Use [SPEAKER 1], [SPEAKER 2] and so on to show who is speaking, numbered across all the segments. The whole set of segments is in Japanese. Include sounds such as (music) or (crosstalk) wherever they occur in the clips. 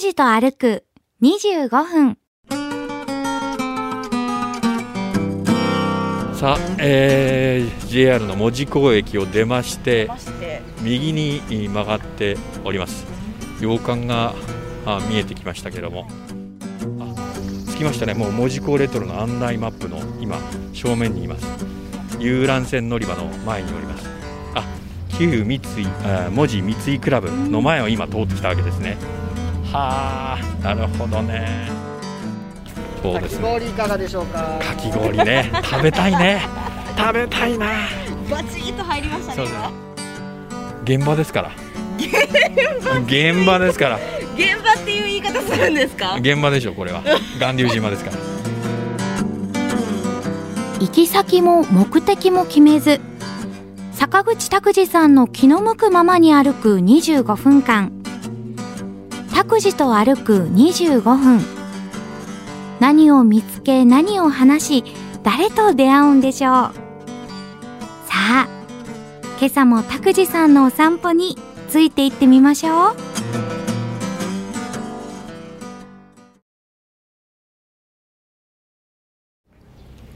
[SPEAKER 1] 事と歩く25分。
[SPEAKER 2] さあ、えー、JR の門司港駅を出まして
[SPEAKER 3] まして
[SPEAKER 2] 右に曲がっております洋館があ見えてきましたけどもあ着きましたねもう門司港レトロの案内マップの今正面にいます遊覧船乗り場の前におりますあ旧三井あ門司三井クラブの前を今通ってきたわけですねはあなるほどねそう
[SPEAKER 4] か
[SPEAKER 2] で
[SPEAKER 4] き
[SPEAKER 2] すね
[SPEAKER 4] 氷いかがでしょうか。
[SPEAKER 2] かき氷ね食べたいね食べたいな
[SPEAKER 3] バチッと入りましたね今
[SPEAKER 2] 現場ですから現場ですから
[SPEAKER 3] 現場っていう言い方するんですか
[SPEAKER 2] 現場でしょこ
[SPEAKER 3] (laughs)
[SPEAKER 2] れは巌流島ですから
[SPEAKER 1] 行き先も目的も決めず、坂口拓司さんの気の向くままに歩く25分間。拓司と歩く25分。何を見つけ、何を話し、誰と出会うんでしょう。さあ、今朝も拓司さんのお散歩について行ってみましょう。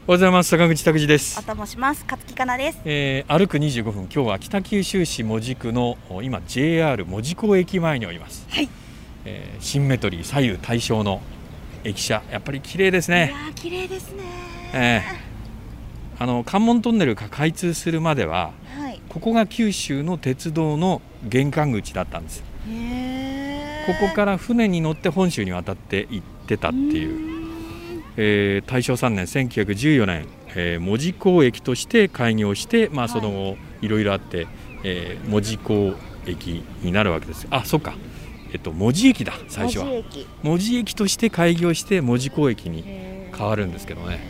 [SPEAKER 2] おはようございます坂口拓司です、
[SPEAKER 3] 頭します勝木かなです
[SPEAKER 2] えー、歩く25分今日は北九州市門司区のお今 JR 門司港駅前におります、
[SPEAKER 3] はい
[SPEAKER 2] えーシンメトリー左右対称の駅舎やっぱり綺麗です
[SPEAKER 3] い
[SPEAKER 2] ね、
[SPEAKER 3] ー綺麗ですね
[SPEAKER 2] えーあの関門トンネルが開通するまでは
[SPEAKER 3] はい
[SPEAKER 2] ここが九州の鉄道の玄関口だったんです
[SPEAKER 3] へ
[SPEAKER 2] ここから船に乗って本州に渡って行ってたっていうえー大正3年1914年、えー、門司港駅として開業して、まあ、その後、い、ろいろあって、えー、門司港駅になるわけですあそっか、えっと、門司駅だ最初は
[SPEAKER 3] 門司駅
[SPEAKER 2] 門司駅として開業して門司港駅に
[SPEAKER 3] へー
[SPEAKER 2] 変わるんですけどね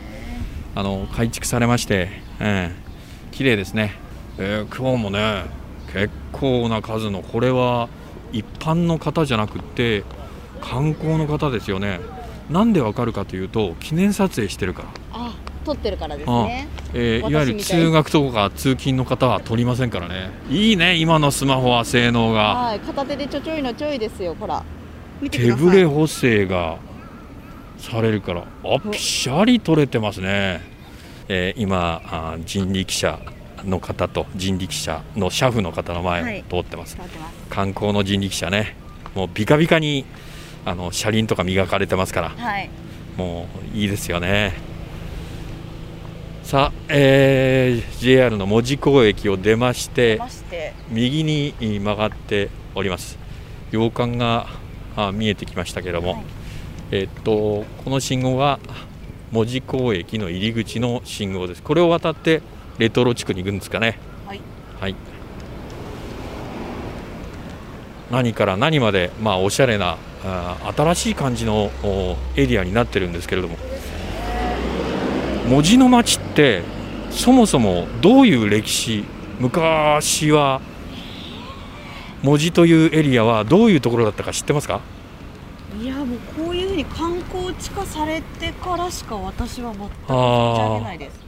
[SPEAKER 2] あの改築されまして、ええ綺麗ですね、えー今日もね結構な数のこれは一般の方じゃなくって観光の方ですよねなんでわかるかというと記念撮影してるから、
[SPEAKER 3] あ撮ってるからですね
[SPEAKER 2] えー
[SPEAKER 3] 私
[SPEAKER 2] いわゆる
[SPEAKER 3] みたいに
[SPEAKER 2] 通学とか通勤の方は撮りませんからねいいね今のスマホは性能が
[SPEAKER 3] はい片手でちょちょいのちょいですよほら見てく
[SPEAKER 2] 手
[SPEAKER 3] ださい
[SPEAKER 2] ぶれ補正がされるからあぴしゃり取れてますね、えー今あー人力車の方と人力車の車夫の方の
[SPEAKER 3] は
[SPEAKER 2] 前
[SPEAKER 3] い
[SPEAKER 2] を通ってます、
[SPEAKER 3] 使ってます
[SPEAKER 2] 観光の人力車ねもうビカビカにあの車輪とか磨かれてますから
[SPEAKER 3] はい
[SPEAKER 2] もういいですよねさあ、えー JR の門司港駅を出まして
[SPEAKER 3] まして
[SPEAKER 2] 右に曲がっております洋館があ見えてきましたけども、
[SPEAKER 3] はい
[SPEAKER 2] えっとこの信号は門司港駅の入り口の信号ですこれを渡ってレトロ地区に行くんですかね
[SPEAKER 3] はい
[SPEAKER 2] はい何から何まで、まあ、おしゃれなあ新しい感じのおエリアになってるんですけれども門司の町ってそもそもどういう歴史昔は門司というエリアはどういうところだったか知ってますか
[SPEAKER 3] いやもうこういうふうに観光地化されてからしか私は全く
[SPEAKER 2] あ
[SPEAKER 3] 存じ上げ
[SPEAKER 2] ー
[SPEAKER 3] ないです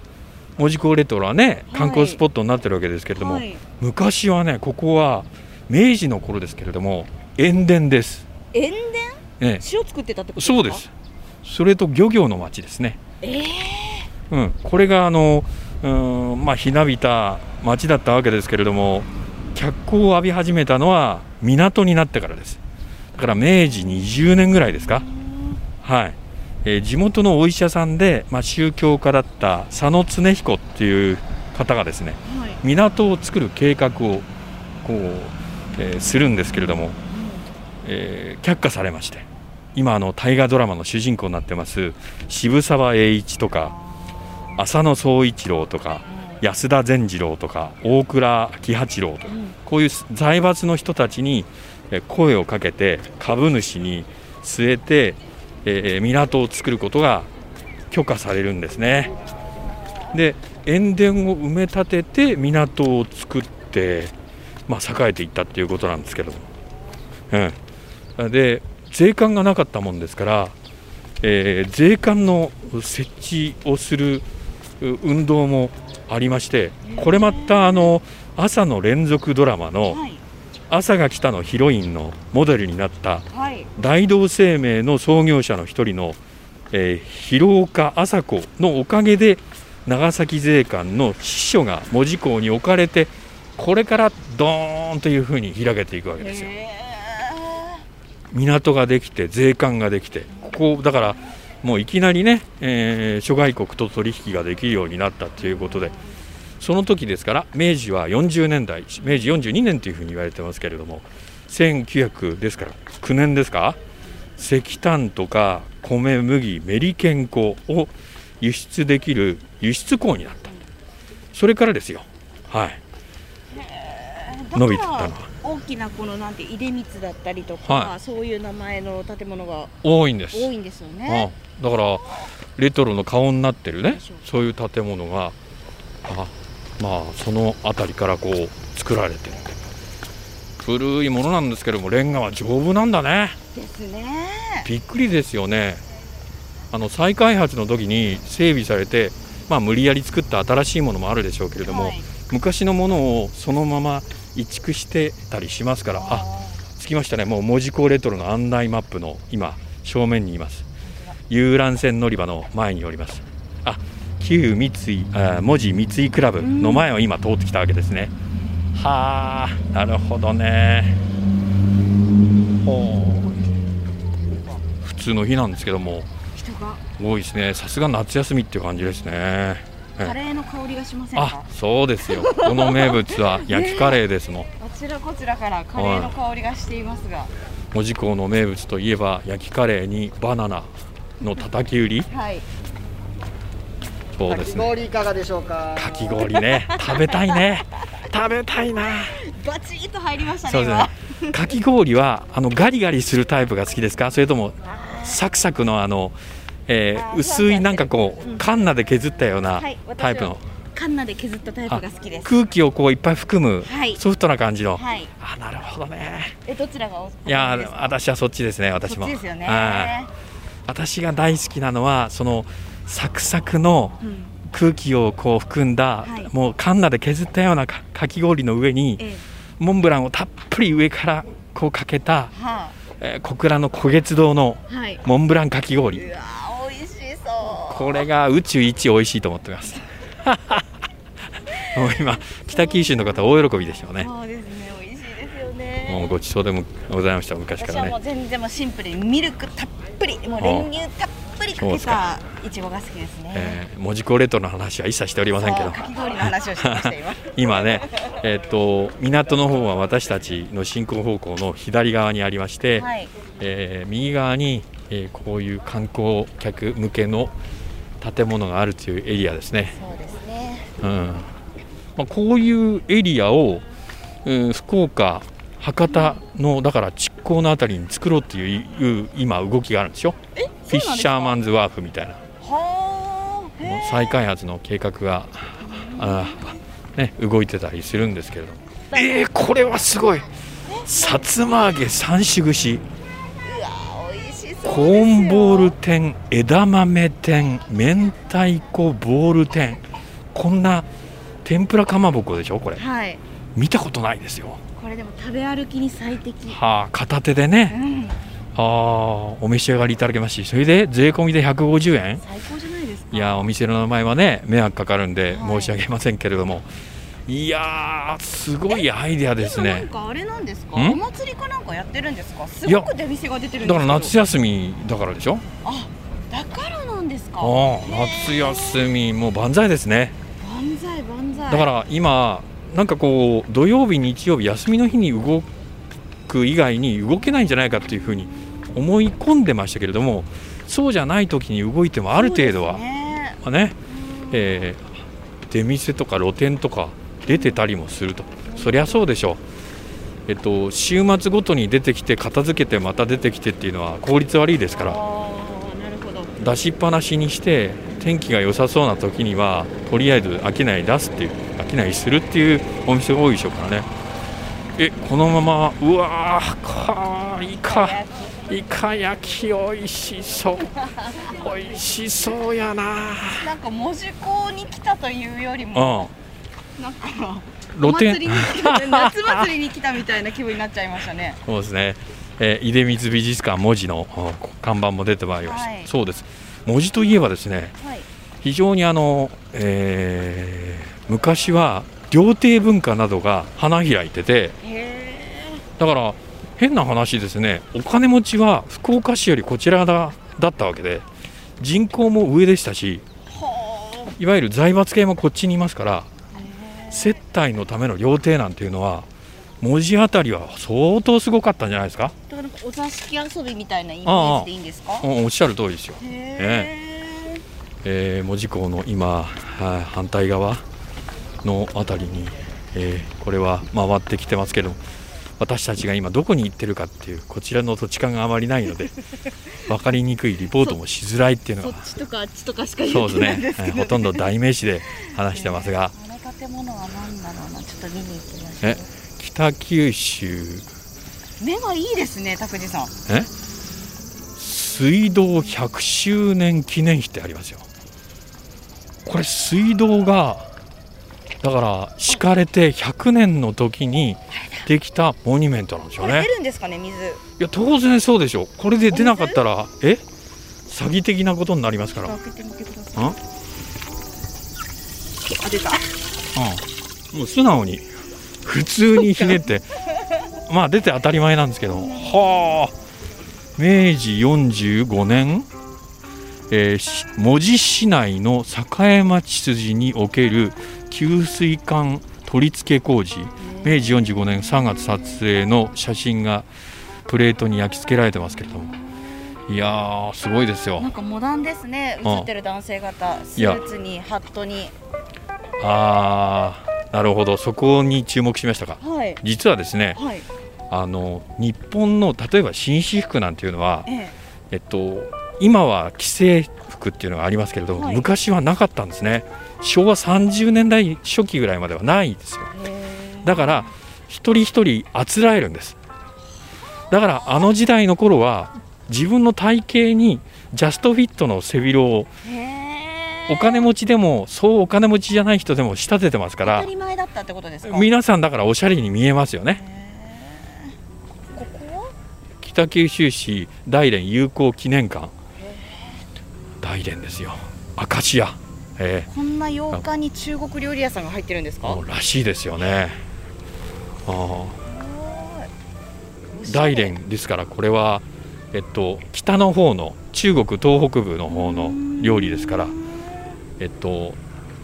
[SPEAKER 2] 門司港レトロはね
[SPEAKER 3] はい
[SPEAKER 2] 観光スポットになってるわけですけれども、
[SPEAKER 3] はい
[SPEAKER 2] 昔はねここは明治の頃ですけれども塩田です、
[SPEAKER 3] 塩田
[SPEAKER 2] え
[SPEAKER 3] 塩作ってたって
[SPEAKER 2] え、
[SPEAKER 3] ことですか
[SPEAKER 2] そうですそれと漁業の町ですね、
[SPEAKER 3] ええ
[SPEAKER 2] うん、これがあのうーんまあひなびた町だったわけですけれども脚光を浴び始めたのは港になってからですだから明治20年ぐらいですかはい、えー地元のお医者さんで、まあ、宗教家だった佐野恒彦っていう方がですね
[SPEAKER 3] はい
[SPEAKER 2] 港を作る計画をこう、えーするんですけれども、えー却下されまして今あの大河ドラマの主人公になってます渋沢栄一とか浅野総一郎とか安田善次郎とか大倉喜八郎とかこういう財閥の人たちにえー声をかけて株主に据えて、えー港を作ることが許可されるんですね。で塩田を埋め立てて港を作って、まあ、栄えていったっていうことなんですけども、うん、で税関がなかったもんですから、えー税関の設置をするう運動もありましてこれまたあの朝の連続ドラマの
[SPEAKER 3] はい
[SPEAKER 2] 「朝が来た」のヒロインのモデルになった
[SPEAKER 3] はいはい
[SPEAKER 2] 大同生命の創業者の一人の、えー広岡麻子のおかげで長崎税関の支所が門司港に置かれてこれからドーンというふうに開けていくわけですよ。
[SPEAKER 3] へ
[SPEAKER 2] 港ができて税関ができてここだからもういきなりね、えー諸外国と取引ができるようになったということでその時ですから明治は40年代明治42年というふうに言われてますけれども1900ですから9年ですか石炭とか米麦メリケン粉を輸出できる輸出港になったそれからですよはい
[SPEAKER 3] ー
[SPEAKER 2] 伸びてっ
[SPEAKER 3] だ
[SPEAKER 2] た
[SPEAKER 3] か
[SPEAKER 2] の
[SPEAKER 3] ら
[SPEAKER 2] は
[SPEAKER 3] 大きなこのなんて出光だったりとか、
[SPEAKER 2] はい
[SPEAKER 3] そういう名前の建物が
[SPEAKER 2] 多いんです
[SPEAKER 3] 多いんですよね。
[SPEAKER 2] うん、だからレトロの顔になってるね
[SPEAKER 3] でしょう
[SPEAKER 2] そういう建物があまあその辺りからこう作られてる古いものなんですけどもレンガは丈夫なんだね
[SPEAKER 3] ですね。
[SPEAKER 2] びっくりですよねあの再開発の時に整備されて、まあ、無理やり作った新しいものもあるでしょうけれども、
[SPEAKER 3] はい
[SPEAKER 2] 昔のものをそのまま移築してたりしますからあ着きましたね、もう門司港レトロの案内マップの今、正面にいます、遊覧船乗り場の前におります、あ旧三井、あ門司三井クラブの前を今、通ってきたわけですね。はあ、なるほどね。ほう普通の日なんですけども、
[SPEAKER 3] 人が
[SPEAKER 2] 多いですね、さすが夏休みっていう感じですね。
[SPEAKER 3] カレーの香りがしません
[SPEAKER 2] あ
[SPEAKER 3] か？
[SPEAKER 2] そうですよ、この名物は焼きカレーですもん。
[SPEAKER 3] あちらこちらからカレーの香りがしていますが、
[SPEAKER 2] 門司港の名物といえば焼きカレーにバナナのたたき売り
[SPEAKER 3] はい。
[SPEAKER 2] そう
[SPEAKER 4] か
[SPEAKER 2] です
[SPEAKER 4] き
[SPEAKER 2] ね
[SPEAKER 4] 氷いかがでしょうか。
[SPEAKER 2] かき氷ね食べたいね食べたいな
[SPEAKER 3] バチッと入りました
[SPEAKER 2] そう
[SPEAKER 3] ね
[SPEAKER 2] です
[SPEAKER 3] 今。
[SPEAKER 2] ねかき氷はあのガリガリするタイプが好きですかそれともサクサクのあの、えー
[SPEAKER 3] あー
[SPEAKER 2] 薄いなんかこうカンナで削ったような
[SPEAKER 3] はい私は
[SPEAKER 2] タイプの
[SPEAKER 3] カンナで削ったタイプが好きです。
[SPEAKER 2] 空気をこういっぱい含む
[SPEAKER 3] はい
[SPEAKER 2] ソフトな感じの
[SPEAKER 3] はい。
[SPEAKER 2] あなるほどね
[SPEAKER 3] えどちらがお好き
[SPEAKER 2] いや
[SPEAKER 3] です
[SPEAKER 2] ー
[SPEAKER 3] か
[SPEAKER 2] 私はそっちですね私
[SPEAKER 3] そ
[SPEAKER 2] も
[SPEAKER 3] っちですよね。
[SPEAKER 2] はい私が大好きなのはそのサクサクの
[SPEAKER 3] うん。
[SPEAKER 2] 空気をこう含んだ、
[SPEAKER 3] はい
[SPEAKER 2] もうカンナで削ったようなかかき氷の上に
[SPEAKER 3] ええ
[SPEAKER 2] モンブランをたっぷり上からこうかけた、
[SPEAKER 3] は
[SPEAKER 2] えー小倉の古月堂の
[SPEAKER 3] あ、はい。
[SPEAKER 2] モンブランかき
[SPEAKER 3] う
[SPEAKER 2] 氷
[SPEAKER 3] わー美味しそう。
[SPEAKER 2] これが宇宙一美味しいと思ってます
[SPEAKER 3] (laughs)
[SPEAKER 2] もう今北九州の方大喜びでしょうね
[SPEAKER 3] そうですね美味しいですよ
[SPEAKER 2] もう
[SPEAKER 3] ね。
[SPEAKER 2] ごちそうでもございました昔か
[SPEAKER 3] 私
[SPEAKER 2] ら
[SPEAKER 3] はもう
[SPEAKER 2] ね
[SPEAKER 3] 全然もうシンプルにミルクたっぷりもう練乳たっぷりか
[SPEAKER 2] そう
[SPEAKER 3] け
[SPEAKER 2] ですか
[SPEAKER 3] たいちごが好きですね。
[SPEAKER 2] えー門司港レトロの話は一切しておりませんけ
[SPEAKER 3] そう
[SPEAKER 2] ど
[SPEAKER 3] かき氷の話をしてました今。
[SPEAKER 2] (laughs) 今ね、えっと港の方は私たちの進行方向の左側にありまして、
[SPEAKER 3] はい。
[SPEAKER 2] えー右側に、えーこういう観光客向けの建物があるというエリアですね、
[SPEAKER 3] そうですね。
[SPEAKER 2] うんまあ、こういうエリアを、うん福岡博多のだから築港のあたりに作ろうっていういう今動きがあるんですよフィッシャーマ
[SPEAKER 3] ン。
[SPEAKER 2] ンズワーフみたいな
[SPEAKER 3] はあ。へー
[SPEAKER 2] 再開発の計画があーね、動いてたりするんですけれどもえー、これはすごいさつま揚げ三種串
[SPEAKER 3] うわー美味しそうですよ。
[SPEAKER 2] コーンボール店枝豆店明太子ボール店こんな天ぷらかまぼこでしょこれ
[SPEAKER 3] はい。
[SPEAKER 2] 見たことないですよ
[SPEAKER 3] これでも食べ歩きに最適。
[SPEAKER 2] はあ片手で
[SPEAKER 3] う
[SPEAKER 2] ね
[SPEAKER 3] ん。
[SPEAKER 2] あーお召し上がりいただけますしそれで税込みで150円
[SPEAKER 3] 最高じゃないですか。
[SPEAKER 2] いやーお店の名前はね迷惑かかるんで
[SPEAKER 3] は
[SPEAKER 2] 申
[SPEAKER 3] い
[SPEAKER 2] し上げませんけれども、い、やーすごいアイデアです
[SPEAKER 3] 今なん
[SPEAKER 2] ね
[SPEAKER 3] かあれなんですか。
[SPEAKER 2] ん
[SPEAKER 3] お祭りかなんかやってるんですか。す
[SPEAKER 2] いや
[SPEAKER 3] ごく出店が出てる
[SPEAKER 2] だ
[SPEAKER 3] んですけど
[SPEAKER 2] から夏休みだからでしょ
[SPEAKER 3] あ、だからなんですか。
[SPEAKER 2] あー夏
[SPEAKER 3] へー
[SPEAKER 2] 休みもう万歳ですね
[SPEAKER 3] 万歳万歳。
[SPEAKER 2] だから今なんかこう土曜日日曜日休みの日に動く以外に動けないんじゃないかっていうふうに思い込んでましたけれどもそうじゃない時に動いてもある程度は、
[SPEAKER 3] そうですね
[SPEAKER 2] まあねえー出店とか露店とか出てたりもするとそりゃそうでしょう。えっと、週末ごとに出てきて片付けてまた出てきてっていうのは効率悪いですから
[SPEAKER 3] あーなるほど。
[SPEAKER 2] 出しっぱなしにして天気が良さそうな時にはとりあえず商い出すっていう商いするっていうお店が多いでしょうからねえこのままうわーかーイカイカ焼き美味しそう美味しそうやな
[SPEAKER 3] なんか門司港に来たというよりも、
[SPEAKER 2] うん
[SPEAKER 3] なんか
[SPEAKER 2] 露
[SPEAKER 3] お祭り
[SPEAKER 2] 店 (laughs)
[SPEAKER 3] に来た夏祭りに来たみたいな気分になっちゃいましたね。
[SPEAKER 2] そうですねえー、出水美術館文字のお看板も出てまいりました、
[SPEAKER 3] はい
[SPEAKER 2] そうです文字といえばですね
[SPEAKER 3] はい。
[SPEAKER 2] 非常にあの、えー昔は料亭文化などが花開いてて
[SPEAKER 3] へえ。
[SPEAKER 2] だから変な話ですねお金持ちは福岡市よりこちらだだったわけで人口も上でしたし
[SPEAKER 3] ほ
[SPEAKER 2] いわゆる財閥系もこっちにいますから
[SPEAKER 3] う。へー
[SPEAKER 2] 接待のための料亭なんていうのは文字あたりは相当すごかったんじゃないですか、
[SPEAKER 3] だからなんかお座敷遊びみたいなイメージでいいんですか。
[SPEAKER 2] うん、おっしゃる通りですよ、
[SPEAKER 3] へえ。
[SPEAKER 2] えー門司港の今はい反対側のあたりに、えーこれは回ってきてますけど私たちが今どこに行ってるかっていうこちらの土地勘があまりない (laughs) ので分かりにくいリポートもしづらいっていう
[SPEAKER 3] そ
[SPEAKER 2] の
[SPEAKER 3] っ
[SPEAKER 2] が
[SPEAKER 3] ちとかあっちとかしか言
[SPEAKER 2] そう
[SPEAKER 3] っ
[SPEAKER 2] です
[SPEAKER 3] てないんで
[SPEAKER 2] ね
[SPEAKER 3] す
[SPEAKER 2] え
[SPEAKER 3] けど、
[SPEAKER 2] ーほとんど代名詞で話してますが。
[SPEAKER 3] あの建物は何だろうな、ちょっと見に行きましょ
[SPEAKER 2] え北九州
[SPEAKER 3] う。目がいいですね、拓司さん。
[SPEAKER 2] え水道100周年記念碑ってありますよこれ水道がだから敷かれて100年の時にできたモニュメントなんですよ
[SPEAKER 3] これ
[SPEAKER 2] ね
[SPEAKER 3] 出るんですかね、水。
[SPEAKER 2] いや当然そうでしょこれで出なかったらえ詐欺的なことになります
[SPEAKER 3] ち
[SPEAKER 2] か
[SPEAKER 3] ょっ
[SPEAKER 2] ら、
[SPEAKER 3] と
[SPEAKER 2] うん、
[SPEAKER 3] 開けてみてください。あ、出た。
[SPEAKER 2] もう素直に普通にひねってまあ出て当たり前なんですけどはあ明治45年、えーし門司市内の栄町筋における給水管取り付け工事明治45年3月撮影の写真がプレートに焼き付けられてますけれどもいやーすごいですよ
[SPEAKER 3] なんかモダンですね、
[SPEAKER 2] うん
[SPEAKER 3] 映ってる男性方、ス
[SPEAKER 2] いや
[SPEAKER 3] ーツにハットに。
[SPEAKER 2] あーなるほどそこに注目しましたか
[SPEAKER 3] はい。
[SPEAKER 2] 実はですね
[SPEAKER 3] はい。
[SPEAKER 2] あの日本の例えば紳士服なんていうのは
[SPEAKER 3] ええ。
[SPEAKER 2] えっと、今は既製服っていうのがありますけれども、
[SPEAKER 3] はい
[SPEAKER 2] 昔はなかったんですね昭和30年代初期ぐらいまではないですよだから一人一人あつらえるんですだからあの時代の頃は自分の体型にジャストフィットの背広を
[SPEAKER 3] へー
[SPEAKER 2] お金持ちでもそうお金持ちじゃない人でも仕立ててますか
[SPEAKER 3] 当
[SPEAKER 2] ら
[SPEAKER 3] たり前だったってことですか。
[SPEAKER 2] 皆さんだからおしゃれに見えますよね
[SPEAKER 3] へーここは
[SPEAKER 2] 北九州市大連友好記念館大連ですよ明石屋え
[SPEAKER 3] こんな洋館に中国料理屋さんが入ってるんです
[SPEAKER 2] え
[SPEAKER 3] か
[SPEAKER 2] も。うらしいですよねああ
[SPEAKER 3] すごい
[SPEAKER 2] 大。連ですからこれはえっと北の方の中国東北部の方の料理ですからえっと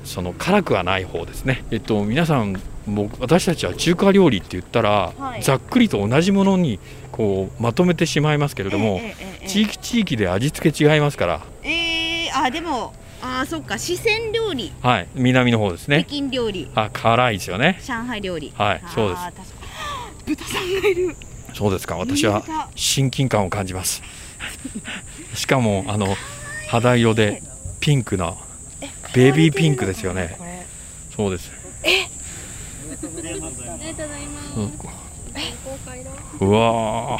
[SPEAKER 2] その辛くはない方ですねえっと皆さんもう私たちは中華料理って言ったら、
[SPEAKER 3] はい
[SPEAKER 2] ざっくりと同じものにこうまとめてしまいますけれども、
[SPEAKER 3] ええええええ
[SPEAKER 2] 地域地域で味付け違いますから
[SPEAKER 3] えー、あでもあーそっか四川料理
[SPEAKER 2] はい、南の方です
[SPEAKER 3] 北
[SPEAKER 2] ね。
[SPEAKER 3] 京料理
[SPEAKER 2] あ、辛いですよね。
[SPEAKER 3] 上海料理
[SPEAKER 2] はい
[SPEAKER 3] あー
[SPEAKER 2] そうです
[SPEAKER 3] 確か豚さんがいる
[SPEAKER 2] そうですか。私は
[SPEAKER 3] 新潟
[SPEAKER 2] 親近感を感じ
[SPEAKER 3] (laughs)
[SPEAKER 2] ます。しかもあの肌色でピンクなベビーピンクですよね。
[SPEAKER 3] これ
[SPEAKER 2] そうです。え。うんうわあ、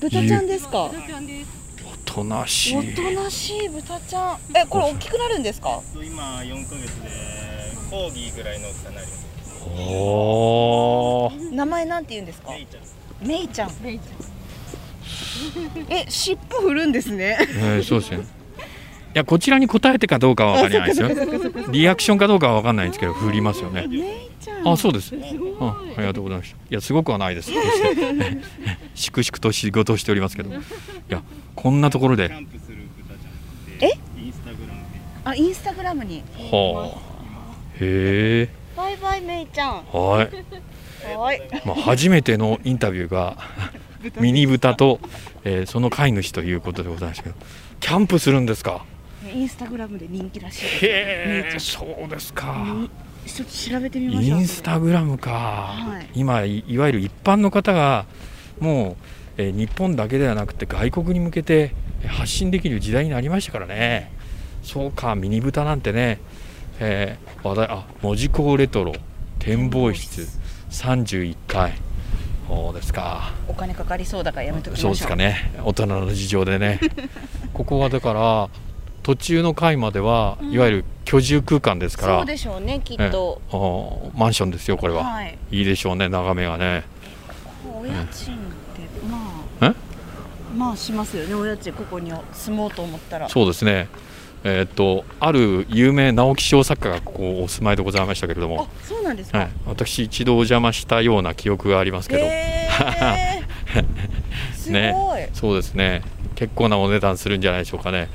[SPEAKER 3] 豚ちゃんですか
[SPEAKER 2] おとなし
[SPEAKER 3] お
[SPEAKER 2] い。
[SPEAKER 3] となしい豚ちゃんえこれ大きくなるんですか
[SPEAKER 5] 今4ヶ月でコーギーぐらいの大きさになります
[SPEAKER 2] おお。
[SPEAKER 3] 名前なんて言うんですか
[SPEAKER 5] メイちゃん
[SPEAKER 3] メイちゃんえ尻尾振るんですね
[SPEAKER 2] えー、そうですね。いやこちらに答えてかどうかはわからないですよ。リアクションかどうかはわかんないんですけど振りますよね。
[SPEAKER 3] メイちゃん
[SPEAKER 2] あ、そうです。うんありがとうございました。いや、すごくはないです。 (laughs) 決して粛々と仕事をしておりますけど。いや、こんなところ
[SPEAKER 5] キャ
[SPEAKER 2] で。
[SPEAKER 5] ンプする豚ちゃんっ
[SPEAKER 3] え
[SPEAKER 5] てインスタグラムで
[SPEAKER 3] (laughs) あインスタグラムに
[SPEAKER 2] はあ。へえ。
[SPEAKER 3] バイバイメイちゃん
[SPEAKER 2] はい。
[SPEAKER 3] はい
[SPEAKER 2] まあ、初めてのインタビューが。ミニブタと、えーその飼い主ということでございますけど。キャンプするんですか。
[SPEAKER 3] インスタグラムで人気らしいです
[SPEAKER 2] へえ。そうですか。
[SPEAKER 3] ちょっと調べてみまし
[SPEAKER 2] イ
[SPEAKER 3] ょう
[SPEAKER 2] ンスタグラムか、
[SPEAKER 3] い
[SPEAKER 2] 今い、いわゆる一般の方がもう、えー日本だけではなくて外国に向けてえー発信できる時代になりましたからね、そうか、ミニブタなんてね、えー話題あ門司港レトロ展望室31階、そうですか、
[SPEAKER 3] お金かかりそうだからやめときましょ
[SPEAKER 2] そう
[SPEAKER 3] う
[SPEAKER 2] ですかね、大人の事情で
[SPEAKER 3] (laughs)
[SPEAKER 2] ね、ここはだから、途中の階までは、
[SPEAKER 3] うん
[SPEAKER 2] いわゆる居住空間ですから、
[SPEAKER 3] そうでしょうねきっと、
[SPEAKER 2] あーマンションですよ、これは。
[SPEAKER 3] はい
[SPEAKER 2] いいでしょうね、眺めがね。
[SPEAKER 3] お家賃ってま
[SPEAKER 2] え
[SPEAKER 3] あまあしますよねお家賃ここに住もうと思ったら
[SPEAKER 2] そうですねえーっとある有名直木賞作家がここお住まいでございましたけれど
[SPEAKER 3] あ
[SPEAKER 2] も、
[SPEAKER 3] そうなんですか、
[SPEAKER 2] はい、私一度お邪魔したような記憶がありますけど、
[SPEAKER 3] へーすごい、
[SPEAKER 2] (laughs) ねそうですね結構なお値段するんじゃないでしょうかね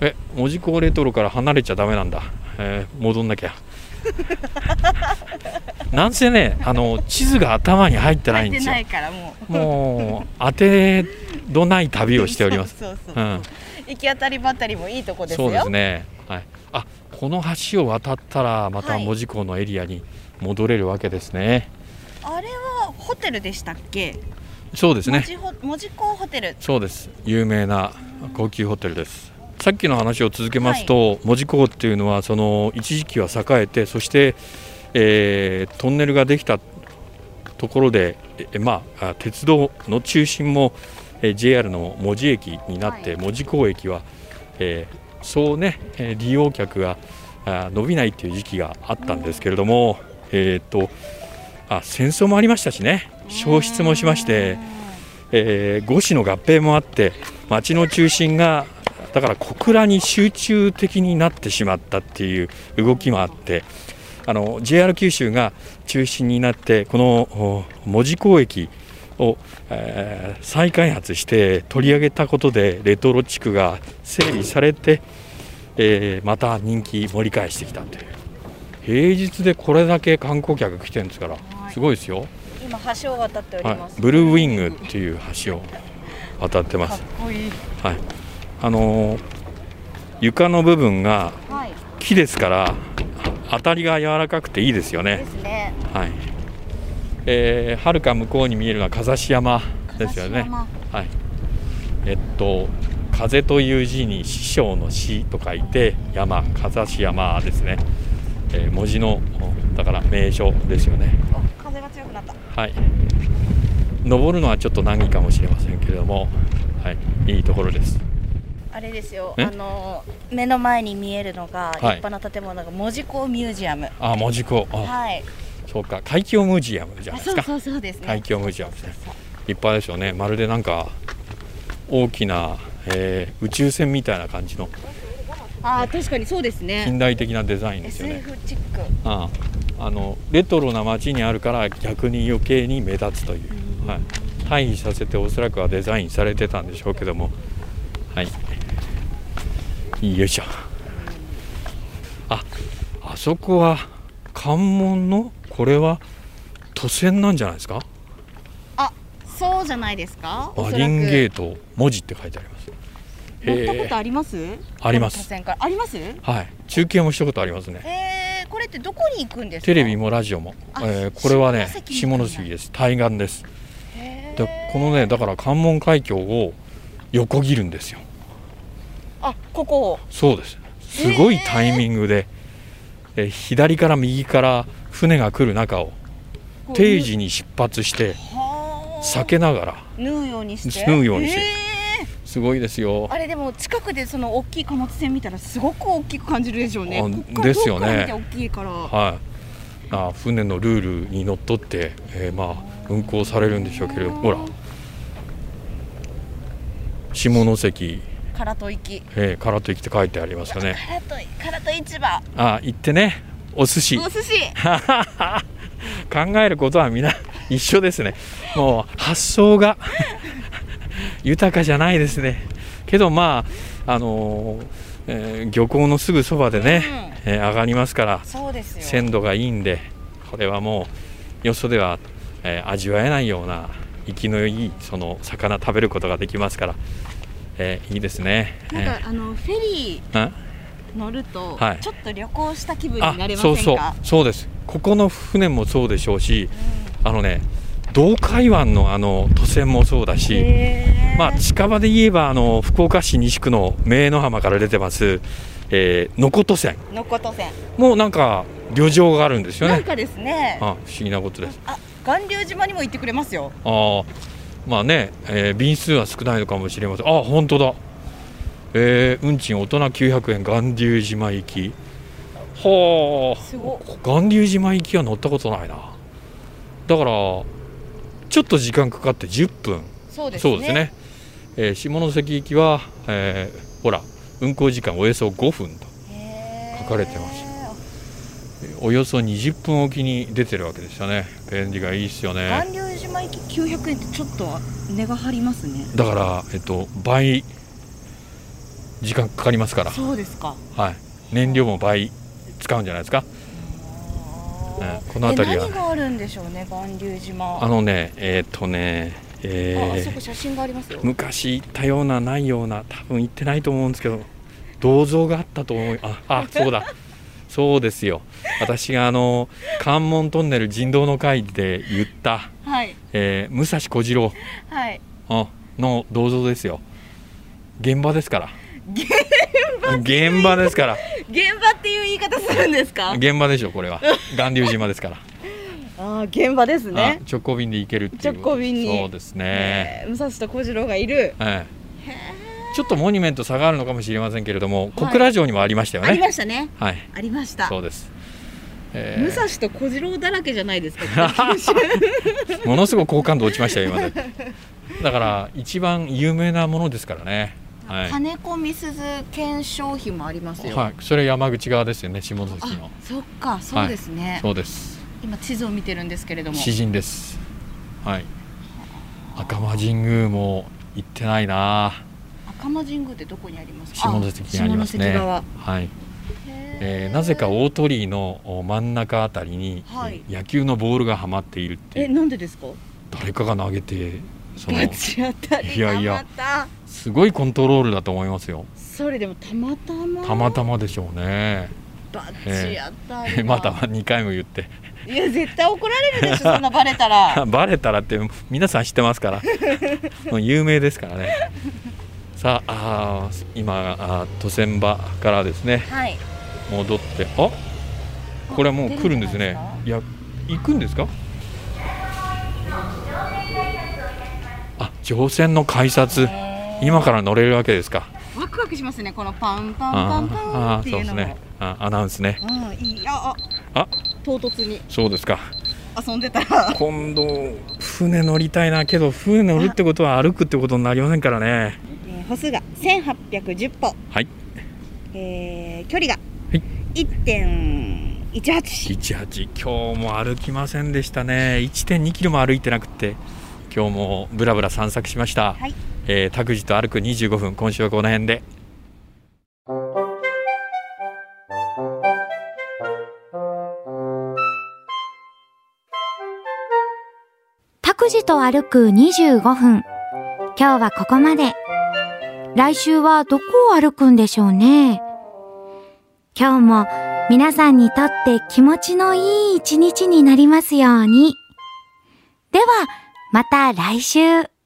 [SPEAKER 2] え門司港レトロから離れちゃダメなんだ、えー戻んなき
[SPEAKER 3] (laughs)
[SPEAKER 2] ゃなんせねあの地図が頭に入ってないんですよ
[SPEAKER 3] 入ってないからもう
[SPEAKER 2] もう当てどない旅をしております
[SPEAKER 3] そうそう
[SPEAKER 2] う
[SPEAKER 3] そう、
[SPEAKER 2] ん
[SPEAKER 3] 行き当たりばったりもいいとこですよ
[SPEAKER 2] そうですねはいあこの橋を渡ったらまた
[SPEAKER 3] はい
[SPEAKER 2] 門司港のエリアに戻れるわけですね、
[SPEAKER 3] あれはホテルでしたっけ
[SPEAKER 2] そうですね
[SPEAKER 3] 文字ホ文字港ホテル
[SPEAKER 2] そうです有名な高級ホテルですさっきの話を続けますと、門司港っていうのはその一時期は栄えてそして、えートンネルができたところで、えまあ、あ鉄道の中心も、えー JR の門司駅になって、門司港駅は、えーそうね、えー利用客があ伸びないっていう時期があったんですけれども、えーっとあ戦争もありましたしね消失もしまして。えー五市の合併もあって町の中心がだから小倉に集中的になってしまったっていう動きもあってあの JR 九州が中心になってこのお門司港駅を、えー再開発して取り上げたことでレトロ地区が整備されて、えーまた人気盛り返してきたという平日でこれだけ観光客が来てるんですからすごいですよ。
[SPEAKER 3] 今橋を渡っており
[SPEAKER 2] は
[SPEAKER 3] ます、
[SPEAKER 2] い、ブルーウィングっていう橋を渡ってま
[SPEAKER 3] かっ
[SPEAKER 2] す。
[SPEAKER 3] こいい
[SPEAKER 2] はい、あのー床の部分が
[SPEAKER 3] はい
[SPEAKER 2] 木ですから当たりが柔らかくていいですよ
[SPEAKER 3] で
[SPEAKER 2] ね。
[SPEAKER 3] すね
[SPEAKER 2] はい。えー、遥か向こうに見えるのは風し山ですよ
[SPEAKER 3] 嵐
[SPEAKER 2] ね。
[SPEAKER 3] 山
[SPEAKER 2] はい。えっと風という字に師匠の師と書いて山風し山ですね。えー文字のだから名所ですよね。
[SPEAKER 3] お風が強くなった
[SPEAKER 2] はい、登るのはちょっと難儀かもしれませんけれども、はい、いいところです。
[SPEAKER 3] あれですよ
[SPEAKER 2] え
[SPEAKER 3] あの目の前に見えるのが立
[SPEAKER 2] はい
[SPEAKER 3] 派な建物が門司港ミュージアム
[SPEAKER 2] あ、門司港、あ、
[SPEAKER 3] はい
[SPEAKER 2] そうか、海峡ムージアムじゃないですか。
[SPEAKER 3] うそうです
[SPEAKER 2] 海峡ムージアムですね。立派ですよね。まるでなんか大きな、えー宇宙船みたいな感じの
[SPEAKER 3] あー確かにそうですね
[SPEAKER 2] 近代的なデザインですよね。
[SPEAKER 3] SF チック
[SPEAKER 2] ああのレトロな街にあるから逆に余計に目立つという、はい、退避させておそらくはデザインされてたんでしょうけどもはいよいしょああそこは関門のこれは都線なんじゃないですか
[SPEAKER 3] そうじゃないですかお
[SPEAKER 2] マ
[SPEAKER 3] そ
[SPEAKER 2] リ
[SPEAKER 3] らく
[SPEAKER 2] ンゲート文字って書いてあります
[SPEAKER 3] 乗ったこ
[SPEAKER 2] へ
[SPEAKER 3] とあります
[SPEAKER 2] あります
[SPEAKER 3] この河川からあります
[SPEAKER 2] えはい中継もしたことありますね
[SPEAKER 3] えー、これってどこに行くんですか
[SPEAKER 2] テレビもラジオも、
[SPEAKER 3] あ
[SPEAKER 2] えーこれはね
[SPEAKER 3] 下
[SPEAKER 2] 下
[SPEAKER 3] 関みたいな
[SPEAKER 2] 関です対岸です
[SPEAKER 3] へー
[SPEAKER 2] でこのねだから関門海峡を横切るんですよ
[SPEAKER 3] あここ
[SPEAKER 2] そうですすごいタイミングで、えー左から右から船が来る中を
[SPEAKER 3] こう
[SPEAKER 2] 定時に出発して
[SPEAKER 3] はー
[SPEAKER 2] 避けながら
[SPEAKER 3] 縫うようにして
[SPEAKER 2] 縫うようにして
[SPEAKER 3] えー
[SPEAKER 2] すごいですよ
[SPEAKER 3] あれでも近くでその大きい貨物船見たらすごく大きく感じるでしょうね
[SPEAKER 2] あ
[SPEAKER 3] こっから
[SPEAKER 2] ですよね
[SPEAKER 3] 遠くから見て大きいから、
[SPEAKER 2] はいあ船のルールにのっとって、えーまあ運航されるんでしょうけれどほら下関、
[SPEAKER 3] 唐戸行き
[SPEAKER 2] えー、からといきって書いてありますよね
[SPEAKER 3] 唐戸い唐戸市場
[SPEAKER 2] あ行ってねお寿司
[SPEAKER 3] お寿司
[SPEAKER 2] (laughs) 考えることは皆一緒ですねもう発想が (laughs) 豊かじゃないですねけどまああのーえー漁港のすぐそばでね、えー上がりますから
[SPEAKER 3] そうですよ
[SPEAKER 2] 鮮度がいいんでこれはもうよそでは、えー味わえないような生きのいいその魚食べることができますから、えーいいですね、
[SPEAKER 3] なんか、あのフェリ
[SPEAKER 2] えーん
[SPEAKER 3] ー乗ると、
[SPEAKER 2] はい
[SPEAKER 3] ちょっと旅行した気分に
[SPEAKER 2] あ
[SPEAKER 3] なれませ
[SPEAKER 2] そ
[SPEAKER 3] ん
[SPEAKER 2] う
[SPEAKER 3] か
[SPEAKER 2] そうそうですここの船もそうでしょうし、あのね道海湾のあの渡船もそうだし、
[SPEAKER 3] へー
[SPEAKER 2] まあ、近場で言えばあの福岡市西区の明の浜から出てます、えー、のこと船
[SPEAKER 3] のこと船
[SPEAKER 2] もうなんか旅情があるんですよ
[SPEAKER 3] なん
[SPEAKER 2] ね
[SPEAKER 3] かですね
[SPEAKER 2] あ不思議なことです
[SPEAKER 3] あ巌流島にも行ってくれますよ
[SPEAKER 2] あーまあね、えー便数は少ないのかもしれませんあ本当だえー運賃大人900円巌流島行きはあ
[SPEAKER 3] すご
[SPEAKER 2] 巌流島行きは乗ったことないなだからちょっと時間かかって10分
[SPEAKER 3] そうですね
[SPEAKER 2] そうですねえー下関行きは、えーほら運行時間およそ5分と
[SPEAKER 3] へー
[SPEAKER 2] 書かれてますえーおよそ20分おきに出てるわけでしたね便利がいいですよね
[SPEAKER 3] 巌流島行き900円ってちょっと値が張りますね
[SPEAKER 2] だから、えっと、倍時間かかりますから、
[SPEAKER 3] そうですか
[SPEAKER 2] はい、燃料も倍使うんじゃないですか
[SPEAKER 3] あー
[SPEAKER 2] うんこの辺りは
[SPEAKER 3] え何があるんでしょうね巌流島
[SPEAKER 2] あのねえーっとねえ
[SPEAKER 3] ああ
[SPEAKER 2] ー
[SPEAKER 3] そこ写真がありますよ
[SPEAKER 2] 昔行ったようなないような多分行ってないと思うんですけど銅像があったと思いああそう
[SPEAKER 3] (laughs)
[SPEAKER 2] だそうですよ私があの関門トンネル人道の会で言った、
[SPEAKER 3] はい
[SPEAKER 2] えー武蔵小次郎
[SPEAKER 3] はい
[SPEAKER 2] うんの銅像ですよ現場ですから現場ですから
[SPEAKER 3] 現場っていう言い方するんですか
[SPEAKER 2] 現場でしょこれは巌流島ですから、
[SPEAKER 3] ああ現場です
[SPEAKER 2] あ
[SPEAKER 3] (laughs) ね
[SPEAKER 2] 直行便で行けるっていうこと
[SPEAKER 3] 直行便に
[SPEAKER 2] そうですね
[SPEAKER 3] えー武蔵と小次郎がいる
[SPEAKER 2] ええ、ちょっとモニュメント差があるのかもしれませんけれども、小倉城にもありましたよ
[SPEAKER 3] あり
[SPEAKER 2] ね。
[SPEAKER 3] ましたね
[SPEAKER 2] はい、
[SPEAKER 3] ありました
[SPEAKER 2] そうです。ええ
[SPEAKER 3] 武蔵と小次郎だらけじゃな
[SPEAKER 2] (laughs)
[SPEAKER 3] いですか九州
[SPEAKER 2] ものすごく好感度落ちましたよ、今ね。だから、一番有名なものですからね。はい。
[SPEAKER 3] 金子みすず検証費もありますよ、
[SPEAKER 2] はい、それ山口側ですよね、下関
[SPEAKER 3] あ
[SPEAKER 2] の。
[SPEAKER 3] そっかそうですね、
[SPEAKER 2] そうです。
[SPEAKER 3] 今地図を見てるんですけれども
[SPEAKER 2] 詩人です。はい。赤間神宮も行ってないな。
[SPEAKER 3] 赤間神宮ってどこにありますか
[SPEAKER 2] 下関にありますね。
[SPEAKER 3] 下関側
[SPEAKER 2] はい。えーなぜか大鳥居のお真ん中あたりに、
[SPEAKER 3] はい
[SPEAKER 2] 野球のボールがはまっているってい
[SPEAKER 3] え
[SPEAKER 2] う
[SPEAKER 3] なんでですか
[SPEAKER 2] 誰かが投げてその
[SPEAKER 3] バチ当たり
[SPEAKER 2] いやいや
[SPEAKER 3] がまた
[SPEAKER 2] すごいコントロールだと思いますよ
[SPEAKER 3] それでもたまたま
[SPEAKER 2] たまたまでしょうね
[SPEAKER 3] バチ当たりが
[SPEAKER 2] また2回も言って (laughs)
[SPEAKER 3] いや絶対怒られるでしょそんなバレたら
[SPEAKER 2] バレたらって皆さん知ってますから
[SPEAKER 3] (laughs)
[SPEAKER 2] もう有名ですからねさああー今あー渡船場からですね
[SPEAKER 3] はい
[SPEAKER 2] 戻ってあこれはもう来るんですねいや行くんですかあ乗船の改札今から乗れるわけですか
[SPEAKER 3] ワクワクしますねこのパンパンパンパン
[SPEAKER 2] あーあ
[SPEAKER 3] っ
[SPEAKER 2] ー
[SPEAKER 3] てい
[SPEAKER 2] そう
[SPEAKER 3] う
[SPEAKER 2] です
[SPEAKER 3] のも
[SPEAKER 2] ねあアナウンスね
[SPEAKER 3] うんいいああ
[SPEAKER 2] あ
[SPEAKER 3] 唐突に
[SPEAKER 2] そうですか
[SPEAKER 3] 遊んでたら
[SPEAKER 2] 今度船乗りたいなけど船乗るってことは歩くってことになりませんからね
[SPEAKER 3] えー歩数が1810歩、
[SPEAKER 2] はい
[SPEAKER 3] えー距離が
[SPEAKER 2] はい
[SPEAKER 3] 1.18
[SPEAKER 2] 18今日も歩きませんでしたね1.2キロも歩いてなくって今日もぶらぶら散策しました、
[SPEAKER 3] はい
[SPEAKER 2] えー、タクジと歩く25分今週はこの辺で
[SPEAKER 1] タクジと歩く25分。今日はここまで。来週はどこを歩くんでしょうね。今日も皆さんにとって気持ちのいい一日になりますように。では、また来週。